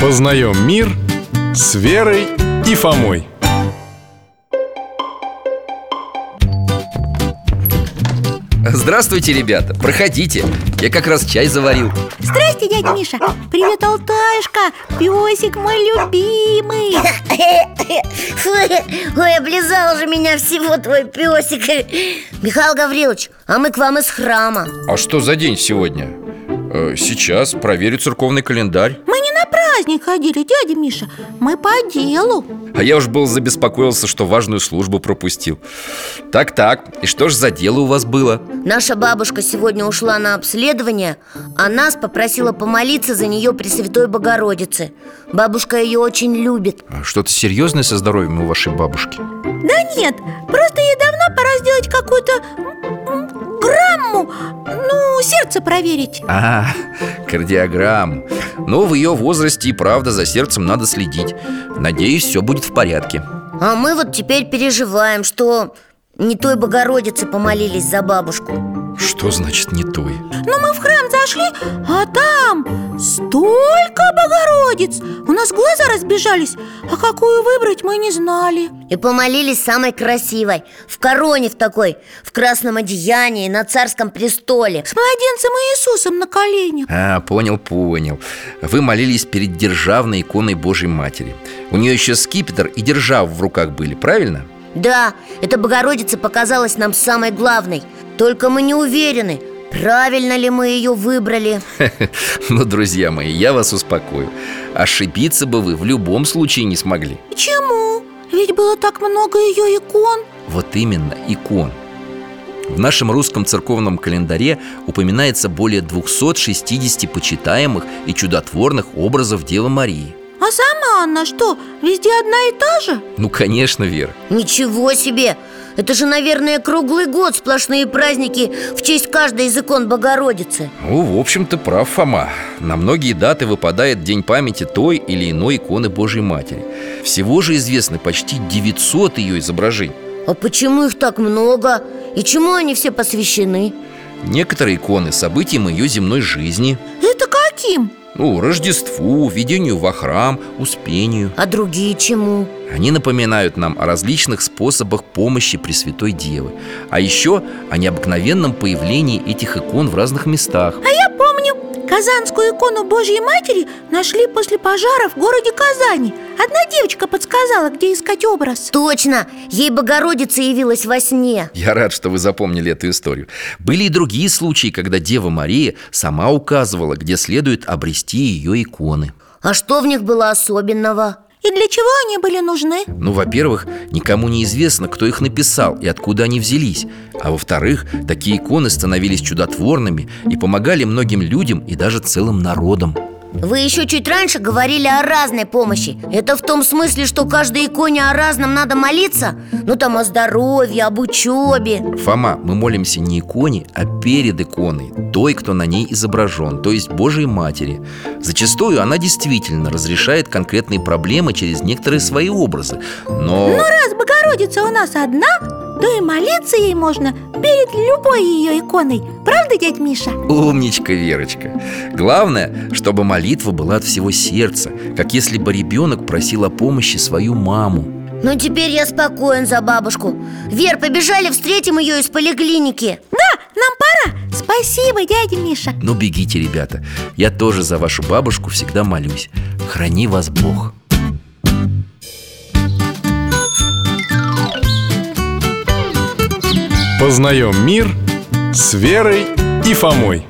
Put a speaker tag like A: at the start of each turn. A: Познаем мир с Верой и Фомой.
B: Здравствуйте, ребята, проходите Я как раз чай заварил
C: Здрасте, дядя Миша Привет, Алтаюшка Песик мой любимый
D: Ой, облизал же меня всего твой песик Михаил Гаврилович, а мы к вам из храма
B: А что за день сегодня? Э, Сейчас проверю церковный календарь
C: Мы не на праздник ходили, дядя Миша Мы по делу
B: А я уж был забеспокоился, что важную службу пропустил Так-так, и что ж за дело у вас было?
D: Наша бабушка сегодня ушла на обследование А нас попросила помолиться за нее Пресвятой Богородице Бабушка ее очень любит
B: А Что-то серьезное со здоровьем у вашей бабушки?
C: Да нет, просто ей давно пора сделать какую-то м, м, грамму Ну, сердце проверить
B: А, кардиограмм Но в ее возрасте и правда за сердцем надо следить Надеюсь, все будет в порядке
D: А мы вот теперь переживаем, что не той Богородице помолились за бабушку
B: Что значит не той?
C: Но мы в храм зашли, а там столько Богородиц У нас глаза разбежались, а какую выбрать мы не знали
D: И помолились самой красивой В короне в такой, в красном одеянии, на царском престоле
C: С младенцем Иисусом на коленях
B: А, понял, понял Вы молились перед державной иконой Божьей Матери У нее еще скипетр и держава в руках были, правильно?
D: Да, эта Богородица показалась нам самой главной Только мы не уверены, правильно ли мы ее выбрали
B: Ну, друзья мои, я вас успокою Ошибиться бы вы в любом случае не смогли
C: Почему? Ведь было так много ее икон
B: Вот именно, икон В нашем русском церковном календаре упоминается более 260 почитаемых и чудотворных образов Девы Марии
C: А сама она что, везде одна и та же?
B: Ну, конечно, Вера
D: Ничего себе! Это же, наверное, круглый год сплошные праздники В честь каждой из икон Богородицы
B: Ну, в общем-то, прав Фома На многие даты выпадает День памяти той или иной иконы Божьей Матери Всего же известно почти 900 ее изображений
D: А почему их так много? И чему они все посвящены?
B: Некоторые иконы событиям ее земной жизни
C: Это каким?
B: Ну, Рождеству, ведению во храм, успению
D: А другие чему?
B: Они напоминают нам о различных способах помощи Пресвятой Девы А еще о необыкновенном появлении этих икон в разных местах
C: А я помню, казанскую икону Божьей Матери нашли после пожара в городе Казани Одна девочка подсказала, где искать образ
D: Точно! Ей Богородица явилась во сне
B: Я рад, что вы запомнили эту историю Были и другие случаи, когда Дева Мария сама указывала, где следует обрести ее иконы
D: А что в них было особенного?
C: И для чего они были нужны?
B: Ну, во-первых, никому не известно, кто их написал и откуда они взялись А во-вторых, такие иконы становились чудотворными и помогали многим людям и даже целым народам
D: Вы еще чуть раньше говорили о разной помощи Это в том смысле, что каждой иконе о разном надо молиться? Ну там о здоровье, об учебе
B: Фома, мы молимся не иконе, а перед иконой Той, кто на ней изображен, то есть Божьей Матери Зачастую она действительно разрешает конкретные проблемы через некоторые свои образы Но...
C: Но раз Богородица у нас одна, то и молиться ей можно перед любой ее иконой Правда, дядь Миша?
B: Умничка, Верочка Главное, чтобы молитва была от всего сердца Как если бы ребенок просил о помощи свою маму
D: Ну теперь я спокоен за бабушку Вер, побежали, встретим ее из поликлиники
C: Да, нам пора Спасибо, дядя Миша
B: Ну бегите, ребята Я тоже за вашу бабушку всегда молюсь Храни вас Бог
A: Познаем мир с Верой и Фомой.